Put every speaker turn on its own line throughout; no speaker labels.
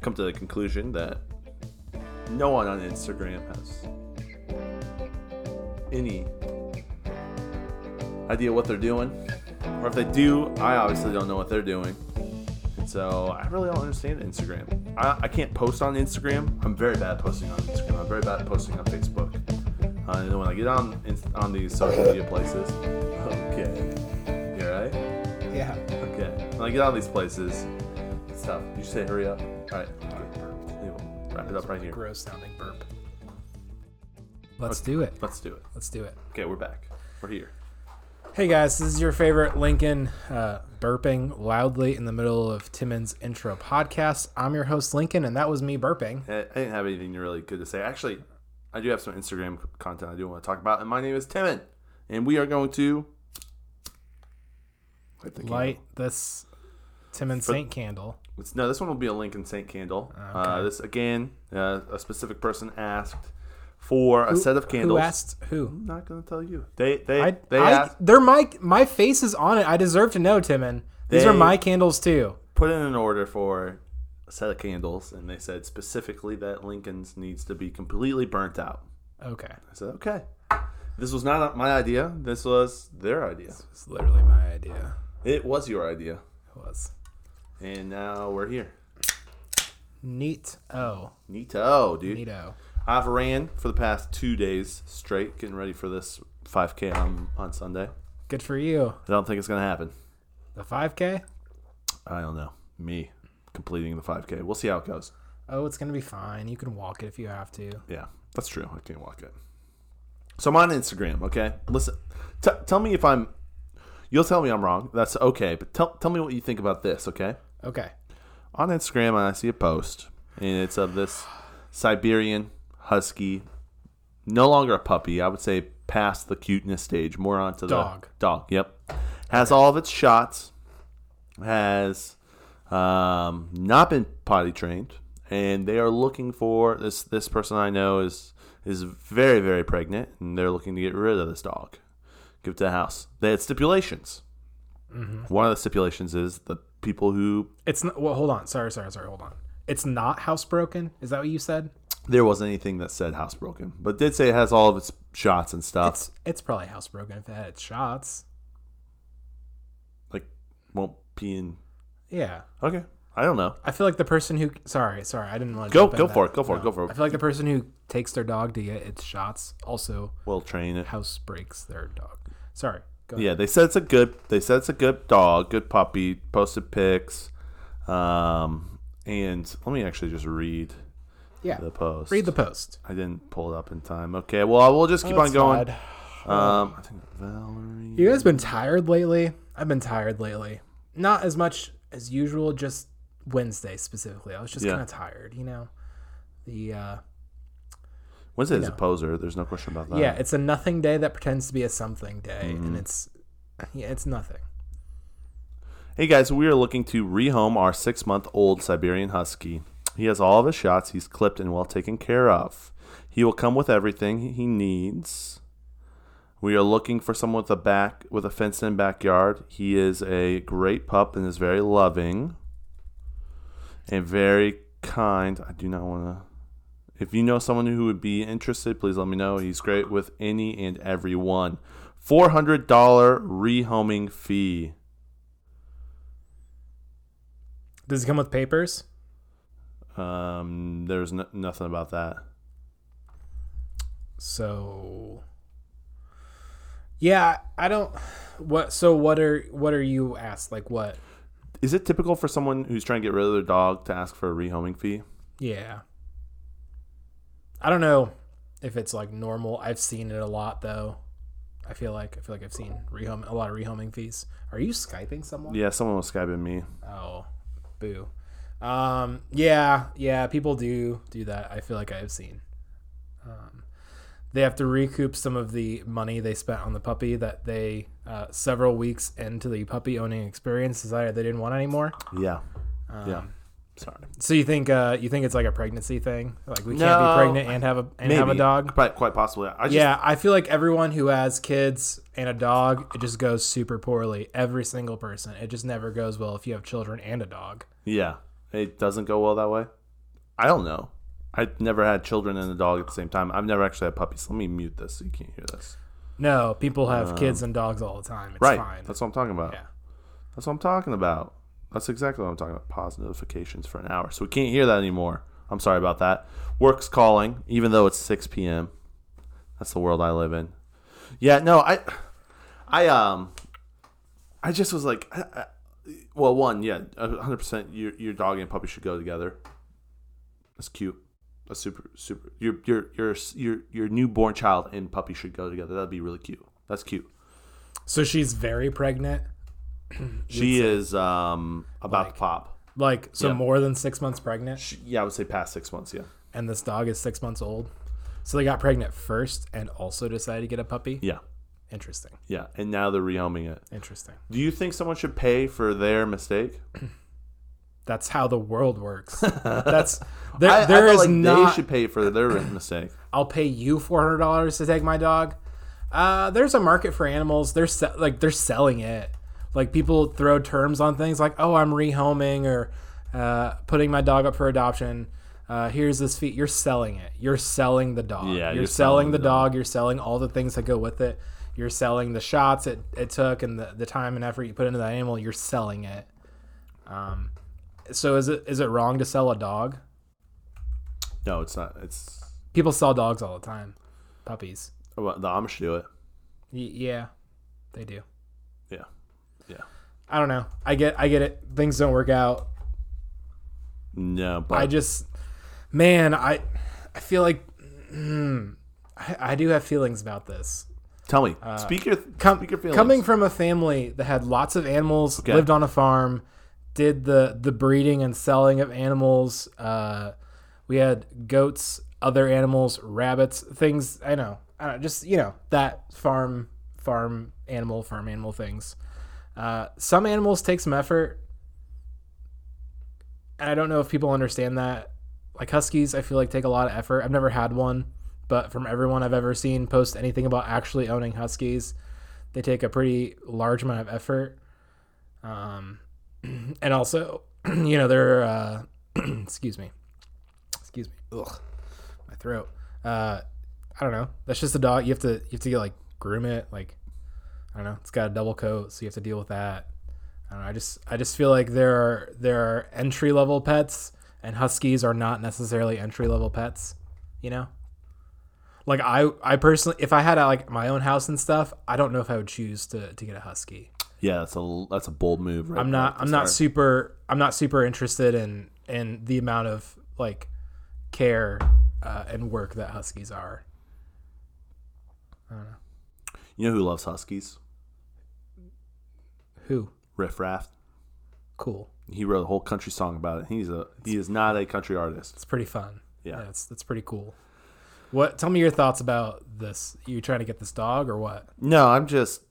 come to the conclusion that no one on Instagram has any idea what they're doing. Or if they do, I obviously don't know what they're doing. And so I really don't understand Instagram. I, I can't post on Instagram. I'm very bad at posting on Instagram. I'm very bad at posting on Facebook. Uh, and then when I get on in- on these social media places, okay, you all right?
Yeah.
Okay. When I get out of these places, it's tough. You say hurry up. All right. We'll wrap it up right here.
Gross sounding burp.
Let's do it.
Let's do it.
Let's do it.
Okay, we're back. We're here.
Hey guys, this is your favorite Lincoln uh, burping loudly in the middle of Timmons intro podcast. I'm your host Lincoln, and that was me burping.
I I didn't have anything really good to say. Actually, I do have some Instagram content I do want to talk about. And my name is Timon. And we are going to. I think
Light this Timmons Saint candle.
It's, no, this one will be a Lincoln Saint candle. Uh, this again, uh, a specific person asked for a set of candles.
Who asked who?
I'm not going to tell you. They they
I,
they
I,
asked,
they're my my face is on it. I deserve to know, Timon. These are
They-
my candles too.
put in an order for a set of candles, and they said specifically that Lincoln's needs to be completely burnt out.
Okay,
I said, okay. This was not my idea. This was their idea.
it's literally my idea.
It was your idea,
It was
and now we're here.
neat. Oh,
Neato, dude.
neato.
I've ran for the past two days straight, getting ready for this 5K on, on Sunday.
Good for you.
I don't think it's gonna happen.
The 5K.
I don't know. Me completing the 5K. We'll see how it goes.
Oh, it's gonna be fine. You can walk it if you have to.
Yeah, that's true. I can't walk it. So I'm on Instagram. Okay, listen. T- tell me if I'm. You'll tell me I'm wrong. That's okay. But tell tell me what you think about this. Okay.
Okay.
On Instagram, I see a post, and it's of this Siberian husky, no longer a puppy. I would say past the cuteness stage, more onto the
Dog.
Dog. Yep. Has all of its shots. Has um, not been potty trained, and they are looking for this. This person I know is is very very pregnant, and they're looking to get rid of this dog, give it to the house. They had stipulations. One of the stipulations is the people who
It's not. Well, hold on. Sorry, sorry, sorry. Hold on. It's not housebroken. Is that what you said?
there wasn't anything that said housebroken, but did say it has all of its shots and stuff.
It's it's probably housebroken if it had its shots.
like won't pee in.
Yeah.
Okay, I don't know.
I feel like the person who sorry, sorry, I didn't want to
Go-
jump in
go
that.
for it, go for it, go for it.
I feel like the person who takes their dog to get its shots also
We'll train it.
house breaks their dog. Sorry. Go ahead.
Yeah, they said it's a good. They said it's a good dog, good puppy. Posted pics, um, and let me actually just read
Yeah.
the Oh, post.
Read the post.
I didn't pull it up in time. Okay, well, I will just keep on
That's
going.
fine.
Um, I think Valerie.
You guys been tired lately? I've been tired lately. Not as much as usual, just Wednesday specifically. I was just
Yeah.
kind of tired, you know. The uh
Wednesday is a poser. There's no question about that.
yeah, it's a nothing day that pretends to be a something day and it's yeah, it's nothing.
Hey guys, we are looking to rehome our six month old Siberian Husky. He has all of his shots, he's clipped and well taken care of. He will come with everything he needs. We are looking for someone with a back with a fenced in backyard. He is a great pup and is very loving and very kind. I do not want to. If you know someone who would be interested, please let me know. He's great with any and everyone. $400 rehoming fee.
Does it come with papers?
Um, there's no, nothing about that.
So Yeah, I don't what so what are what are you asked? Like what?
Is it typical for someone who's trying to get rid of their dog to ask for a rehoming fee?
Yeah. I don't know if it's like normal. I've seen it a lot though. I feel like I feel like I've seen rehome a lot of rehoming fees. Are you skyping someone?
Yeah, someone was skyping me.
Oh, boo. Um, yeah, yeah, people do do that. I feel like I've seen. Um, they have to recoup some of the money they spent on the puppy that they uh, several weeks into the puppy owning experience decided they didn't want anymore.
Yeah,
Um,
yeah. Sorry.
So you think uh, you think it's like a pregnancy thing? Like we can't
No,
be pregnant and have a and have a dog?
Quite, quite possibly. I just,
Yeah, I feel like everyone who has kids and a dog, it just goes super poorly. Every single person, it just never goes well if you have children and a dog.
yeah. It doesn't go well that way. I don't know. I've never had children and a dog at the same time. I've never actually had puppies. Let me mute this so you can't hear this.
No, people have kids and dogs all the time. It's
Uh, right.
fine.
That's what I'm talking about.
Yeah.
That's what I'm talking about. That's exactly what I'm talking about. Pause notifications for an hour. So we can't hear that anymore. I'm sorry about that. Work's calling, even though it's 6 p.m. That's the world I live in. Yeah, no, I, I, um, I just was like, I, I, well, one, yeah, 100%. Your, your dog and puppy should go together. That's cute. That's super, super. Your, your, your, your, your newborn child and puppy should go together. That'd be really cute. That's cute.
So she's very pregnant.
She is um about to pop.
Like so
Yeah.
more than six months pregnant.
She, yeah, I would say past six months. Yeah,
And this dog is six months old. So they got pregnant first and also decided to get a puppy.
yeah,
Interesting.
yeah. And now they're rehoming it.
Interesting.
Do you think someone should pay for their mistake?
That's how the world works. That's
I- I
there, there
feel
is
like
not
They should pay for their mistake.
I'll pay you four hundred dollars to take my dog. Uh, there's a market for animals. They're se- like they're selling it. Like people throw terms on things like, oh, I'm rehoming or uh, putting my dog up for adoption. Uh, here's this fee. You're selling it. You're selling the dog.
Yeah,
you're,
you're
selling,
selling
the
the
dog. You're selling all the things that go with it. You're selling the shots it, it took and the, the time and effort you put into that animal. You're selling it. Um, so is it is it wrong to sell a dog?
No, it's not. It's
People sell dogs all the time, puppies.
well, the Amish do it.
Y- yeah, they do.
Yeah, yeah.
I don't know. I get I get it. Things don't work out.
No, but
I just man, I I feel like mm, I, I do have feelings about this.
tell me. speak your
Com-
speak your feelings.
uh, Coming from a family that had lots of animals, lived on a farm, did the the breeding and selling of animals. Uh, we had goats, other animals, rabbits, things. I know, I don't, just you know that farm farm animal farm animal things. Uh, some animals take some effort. And I don't know if people understand that. Like huskies, I feel like take a lot of effort. I've never had one, but from everyone I've ever seen post anything about actually owning huskies, they take a pretty large amount of effort. Um, and also, you know, they're, uh, excuse me, excuse me, ugh, my throat. Uh, I don't know. That's just a dog. You have to, you have to get like groom it. Like, I don't know. It's got a double coat, so you have to deal with that. I don't know. I just, I just feel like there are, there are entry level pets, and huskies are not necessarily entry level pets. You know like I I personally if I had a, like my own house and stuff, I don't know if I would choose to to get a husky.
yeah, that's a that's a bold move. Right
I'm not I'm not super I'm not super interested in in the amount of like care uh, and work that huskies are.
You know who loves huskies?
Who?
Riff Raff.
Cool.
He wrote a whole country song about it. He's a he is not a country artist.
It's pretty fun.
Yeah.
That's that's pretty cool. What tell me your thoughts about this. You trying to get this dog or what?
No, I'm just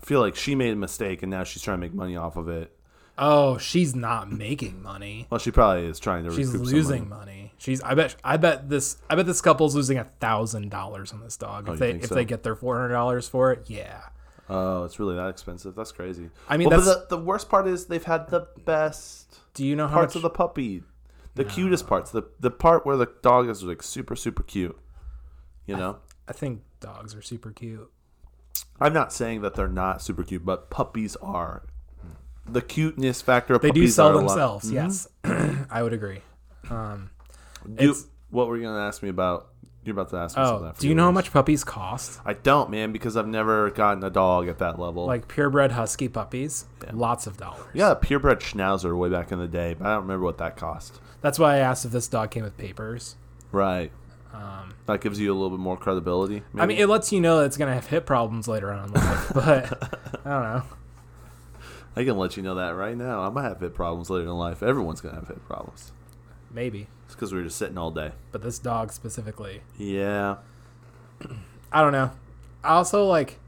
feel like she made a mistake and now she's trying to make money off of it.
Oh, she's not making money.
Well, she probably is trying to.
She's
recoup some
losing
money.
money. She's. I bet. I bet this. I bet this couple's losing a thousand dollars on this dog. If
Oh, you
they
think
if
so?
they get their four hundred dollars for it, yeah.
Oh, it's really that expensive. That's crazy.
I mean, that's-
but the, the worst part is they've had the best
Do you know how
parts
much?
of the puppy, the cutest parts, the the part where the dog is like super super cute. You know,
I think dogs are super cute.
I'm not saying that they're not super cute, but puppies are. The cuteness factor of
They do
puppies
sell
are a lot- Mm-hmm.
themselves. Yes, I would agree. Um,
Do, what were you gonna ask me about? You're about to ask me something. I
oh, do you
forget
know how
what it
much puppies cost?
was. I don't, man, because I've never gotten a dog at that level.
Like purebred husky puppies, lots of dollars.
Yeah, a purebred schnauzer way back in the day, but I don't remember what that cost.
That's why I asked if this dog came with papers.
Right. that gives you a little bit more credibility.
Um, I mean, it lets you know that it's gonna have hip problems later on in life. but I don't know.
I can let you know that right now. I might have hip problems later in life. Everyone's gonna have hip problems.
Maybe.
It's because we were just sitting all day.
But this dog specifically.
Yeah.
I don't know. I also like,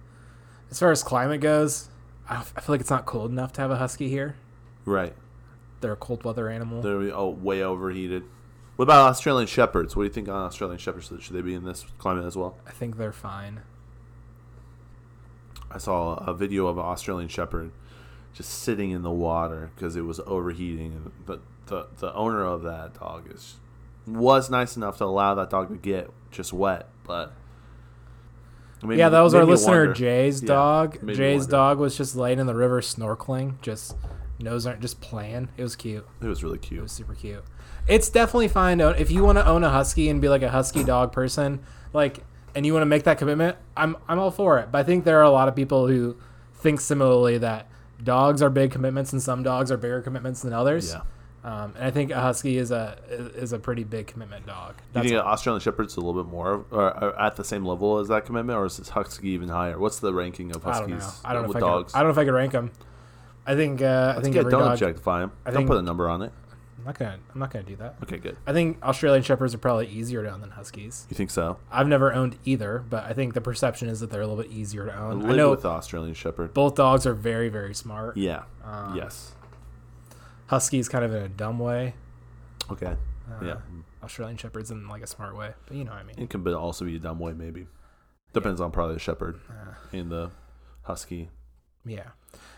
as far as climate goes, I, I feel like it's not cold enough to have a husky here.
Right.
They're a cold weather animal.
They're oh, way overheated. What about Australian shepherds? What do you think on Australian shepherds? Should they be in this climate as well?
I think they're fine.
I saw a video of an Australian shepherd just sitting in the water because it was overheating. And But the the owner of that dog is was nice enough to allow that dog to get just wet. But I mean,
yeah, that was
made
our
me
listener
wonder.
Jay's
Yeah,
dog.
made me
Jay's
wonder.
dog was just laying in the river snorkeling, just nose aren't just playing. It was cute.
It was really
It was
cute.
super cute. It's definitely fine to if you want to own a husky and be like a husky dog person, like and you want to make that commitment, I'm I'm all for it. But I think there are a lot of people who think similarly that dogs are big commitments and some dogs are bigger commitments than others.
Yeah.
Um, and I think a husky is a is a pretty big commitment
Do
dog.
you
That's
think an Australian Shepherd's a little bit more of- or, or at the same level as that commitment, or is this Husky even higher? What's the ranking of
I
Huskies
don't know. I don't know if
with
I
dogs?
could. I don't know if I could rank them. I think uh, I think
yeah,
every
don't
dog.
objectify them.
I
don't
think-
put a number on it.
I'm not gonna I'm not gonna do that.
Okay, good.
I think Australian shepherds are probably easier to own than huskies.
You think so?
I've never owned either, but I think the perception is that they're a little bit easier to own. I,
Live
know
with the Australian Shepherd.
both dogs are very very smart.
Yeah.
Um,
yes.
Huskies kind of in a dumb way. Uh,
Okay. yeah.
Australian shepherds in like a smart way, but you know what I mean.
It can be, also be a dumb way, maybe. Depends on probably the Shepherd
Uh.
and the Husky.
Yeah,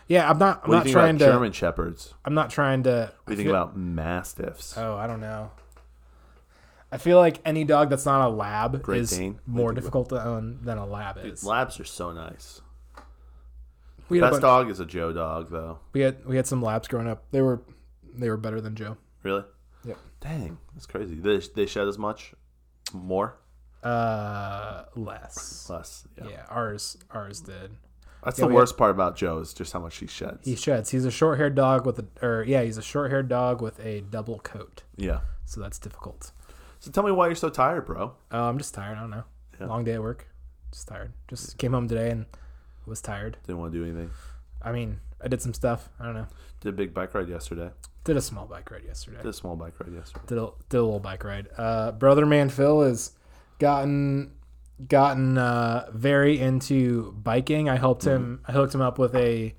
yeah. I'm not. I'm
What
not
do you think
trying
about
to.
German Shepherds?
I'm not trying to.
What do you think about Mastiffs?
Oh, I don't know. I feel like any dog that's not a lab
Great
is
Dane.
more difficult to own than a lab is.
Labs are so nice.
we, had a
Best
bunch,
dog is a Joe dog, though.
we had we had some labs growing up. They were they were better than Joe.
Really?
Yep.
Dang, that's crazy. They, they shed as much? More?
Uh, less.
Less? Yeah.
Yeah, ours ours did.
That's
we
the
had-
worst part about Joe is just how much he sheds.
He sheds. He's a short haired dog with a or yeah, he's a short haired dog with a double coat.
yeah.
So that's difficult.
So tell me why you're so tired, bro.
Uh, I'm just tired. I don't know. Long day at work. Just tired. Just came home today and was tired.
Didn't want to do anything.
I mean, I did some stuff. I don't know.
Did a big bike ride yesterday.
Did a small bike ride yesterday.
Did a small bike ride yesterday.
did a, did a little bike ride. Uh, brother man Phil has gotten gotten uh, very into biking. I helped him. I hooked him up with a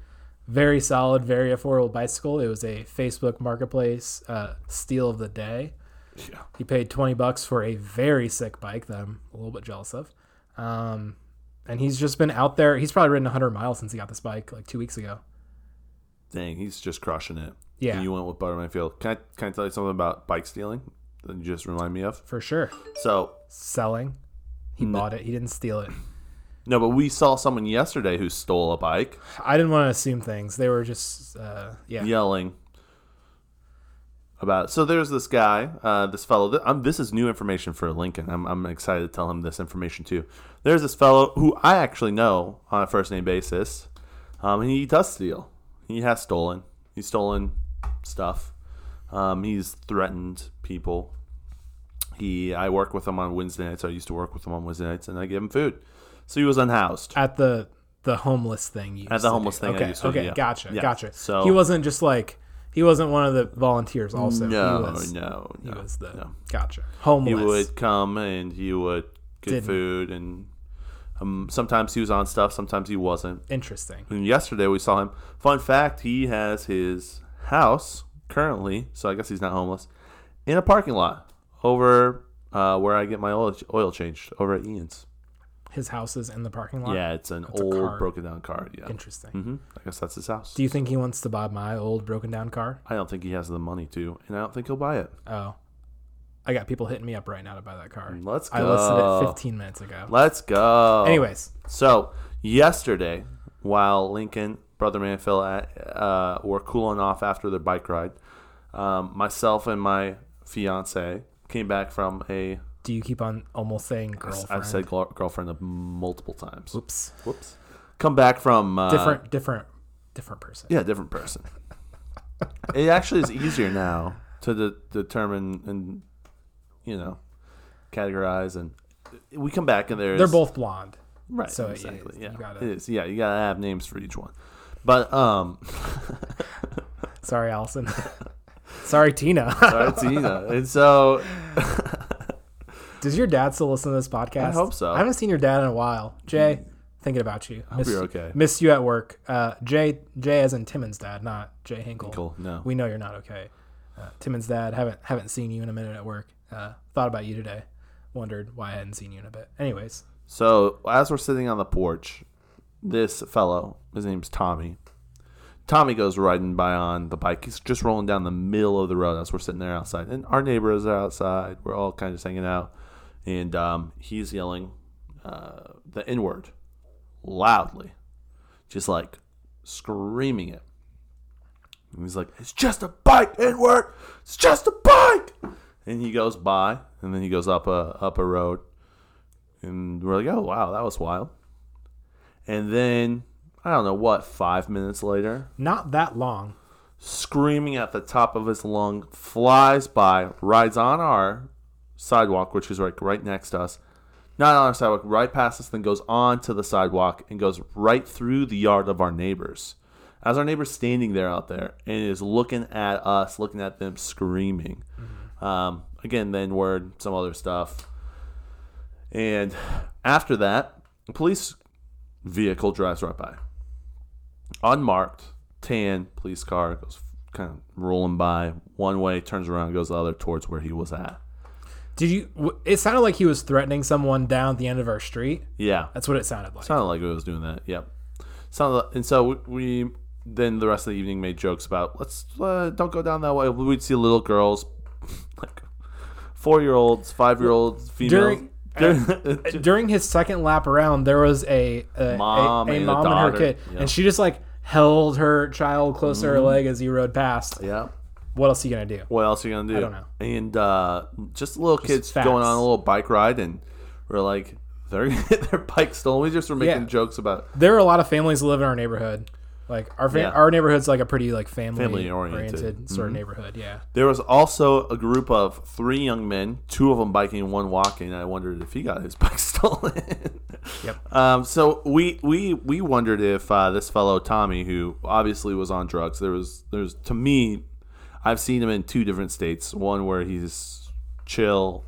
very solid, very affordable bicycle. It was a Facebook Marketplace uh, steal of the day.
Yeah.
He paid twenty bucks for a very sick bike that I'm a little bit jealous of. Um, and he's just been out there. He's probably ridden 100 miles since he got this bike like two weeks ago.
Dang, he's just crushing it.
Yeah.
And you went with Butterman Field. Can I can I tell you something about bike stealing? That you just remind me of.
For sure.
So
Selling. He bought it. He didn't steal it.
no, but we saw someone yesterday who stole a bike,
I didn't want to assume things. They were just, uh, yeah.
yelling about. So there's this guy, uh, this fellow. Th- I'm, this is new information for Lincoln. I'm, I'm excited to tell him this information too. There's this fellow who I actually know on a first name basis. Um, and he does steal. He has stolen. He's stolen stuff. Um, he's threatened people. He, I work with him on Wednesday nights. I used to work with him on Wednesday nights, and I give him food. So he was unhoused.
At the the homeless thing you.
At
used
the
to
homeless
do.
thing I
Okay.
used to do,
okay.
yeah.
Gotcha.
Yeah.
Gotcha.
So-
So he wasn't just like he wasn't one of the volunteers. Also,
No,
he was,
no, no.
he was the
no.
gotcha
he
homeless.
would come and he would get
Didn't.
food and um, sometimes he was on stuff sometimes he wasn't
Interesting.
and yesterday we saw him fun fact he has his house currently so i guess he's not homeless in a parking lot over uh, where i get my oil, oil changed over at ian's
His house is in the parking lot.
yeah it's an
a
old
car.
broken down car yeah
Interesting.
hmm i guess that's his house
Do you think he wants to buy my old broken down car?
i don't think he has the money to and i don't think he'll buy it
Oh, I got people hitting me up right now to buy that car.
let's
I listed
go.
it 15 minutes ago.
let's go
Anyways,
So yesterday, while Lincoln, brother man Phil, uh, were cooling off after their bike ride, um, myself and my fiance came back from a.
do you keep on almost saying girlfriend?
have said gl- girlfriend of multiple times.
Oops.
Whoops. Come back from uh,
Different, different, different person.
Yeah, different person. it actually is easier now to de- determine and you know categorize and we come back and there's
They're both blonde.
Right.
So it
exactly.
is-
yeah.
you gotta-
it is. Yeah. You gotta have names for each one. But um,
Sorry, Allison. Sorry, Tina.
sorry, Tina. And so
Does your dad still listen to this podcast? I
hope so.
I haven't seen your dad in a while. Jay, thinking about you. I
hope you're okay.
Missed you at work. Uh, Jay, Jay, as in Timmons' dad, not Jay Hinkle.
Hinkle, no.
We know you're not okay. Uh, Timmons' dad, haven't haven't seen you in a minute at work. Uh, thought about you today. Wondered why I hadn't seen you in a bit. Anyways,
so as we're sitting on the porch, this fellow, his name's Tommy, Tommy goes riding by on the bike. He's just rolling down the middle of the road as we're sitting there outside. And our neighbors are outside. We're all kind of just hanging out. And um, he's yelling uh, the N word loudly, just like screaming it. And he's like, It's just a bike, N word. It's just a bike. And he goes by, and then he goes up a, up a road. And we're like, Oh, wow, that was wild. And then, I don't know what, five minutes later,
Not that long.
screaming at the top of his lung, flies by, rides on our sidewalk, which is like right next to us. Not on our sidewalk, right past us, then goes on to the sidewalk and goes right through the yard of our neighbors. As our neighbor's standing there out there and is looking at us, looking at them, screaming. Um, again, then word, some other stuff. And after that, a police vehicle drives right by unmarked tan police car goes kind of rolling by one way turns around goes the other towards where he was at
Did you? w- It sounded like he was threatening someone down at the end of our street.
yeah
That's what it sounded like.
sounded like it was doing that yep sounded like, and so we, we then the rest of the evening made jokes about let's uh, don't go down that way we'd see little girls like four year olds five year olds females
During- uh, During his second lap around, there was a a
Mom
a, a
and a
mom and her
daughter.
kid,
Yeah. Mm-hmm.
and she just like held her child close to her leg as he rode past.
yeah
What else are you gonna do?
What else are you gonna do? I
don't know.
And uh, just little kids
facts.
going on a little bike ride, and we're like, they're gonna get their bike stolen. We just were making
Yeah.
jokes about
There are a lot of families that live in our neighborhood. Like our fa-
Yeah. Mm-hmm.
our neighborhood's like a pretty like family,
Family-oriented.
oriented sort of neighborhood. Yeah.
There was also a group of three young men, two of them biking and one walking. I wondered if he got his bike stolen.
Yep.
Um, so we we we wondered if uh, this fellow Tommy, who obviously was on drugs, there was there's to me, I've seen him in two different states. One where he's chill,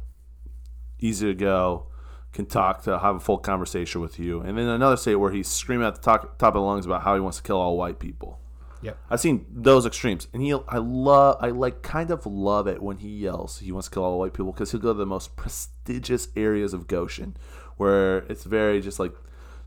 easy to go, can talk to have a full conversation with you, and then another state where he's screaming at the top, top of the lungs about how he wants to kill all white people.
Yep.
I've seen those extremes, and he, I love, I like, kind of love it when he yells. He wants to kill all white people because he'll go to the most prestigious areas of Goshen, where it's very just like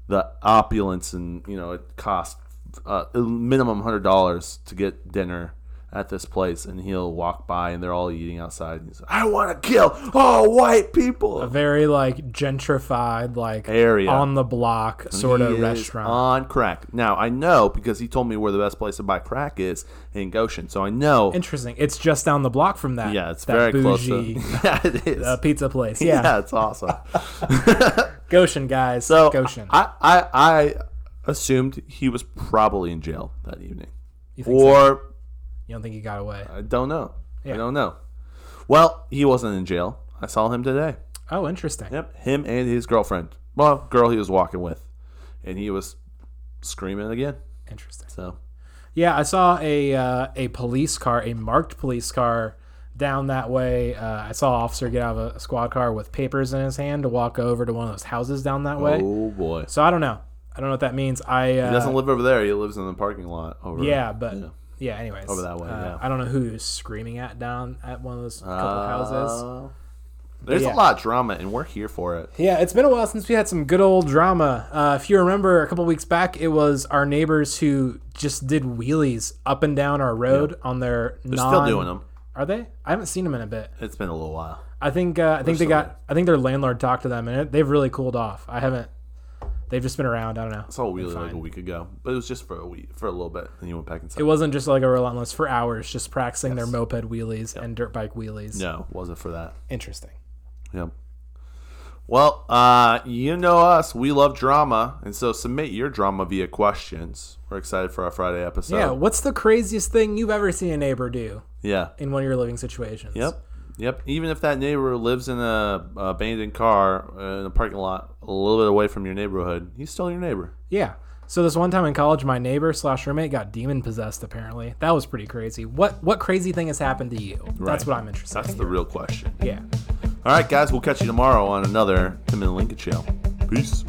the opulence, and you know, it costs uh, a minimum hundred dollars to get dinner at this place, and he'll walk by, and they're all eating outside, and he's like, "I want to kill all white people."
A very like gentrified like
Area.
on the block sort
He
of
is
restaurant.
on crack. Now I know because he told me where the best place to buy crack is in Goshen, so I know.
Interesting. It's just down the block from that.
Yeah, it's
that
very close. To,
bougie
yeah, it is.
uh, pizza place.
yeah.
Yeah.
it's awesome.
Goshen guys.
So
Goshen.
I, I I assumed he was probably in jail that evening,
you, think so?
or
you don't think he got away?
I don't know. I
Yeah.
don't know. Well, he wasn't in jail. I saw him today.
Oh, interesting.
Yep, him and his girlfriend. Well, girl he was walking with, and he was screaming again.
Interesting.
So
Yeah, I saw a uh, a police car, a marked police car down that way. Uh, I saw an officer get out of a squad car with papers in his hand to walk over to one of those houses down that way.
oh boy,
So I don't know. I don't know what that means. I uh,
he doesn't live over there. He lives in the parking lot over.
yeah, but yeah. anyways, over
that way, yeah.
I don't know who he was screaming at down at one of those couple houses.
Uh, There's a
Yeah.
lot of drama, and we're here for it.
Yeah, it's been a while since we had some good old drama. Uh, if you remember, a couple weeks back, it was our neighbors who just did wheelies up and down our road on their. They're non-
Still doing them.
Are they? I haven't seen them in a bit.
It's been a little while.
I think uh, I think they
still
got. I think their landlord talked to them, and it, they've really cooled off. I haven't. They've just been around. I don't know.
I saw Wheeler like a week ago, but it was just for a week, for a little bit. Then you went back inside.
It wasn't just like a relentless for hours, just practicing their moped wheelies and dirt bike wheelies.
no, wasn't for that.
Interesting.
Yep. Well, uh, you know us. We love drama, and so submit your drama via questions. We're excited for our Friday episode.
Yeah. What's the craziest thing you've ever seen a neighbor do
Yeah.
in one of your living situations?
Yep. Yep. Even if that neighbor lives in a abandoned car uh, in a parking lot a little bit away from your neighborhood, he's still your neighbor.
Yeah. So this one time in college, my neighbor slash roommate got demon possessed. Apparently, that was pretty crazy. What what crazy thing has happened to you? That's what I'm interested.
That's the real question.
in. Yeah.
All right, guys. We'll catch you tomorrow on another Tim and Lincoln show. Peace.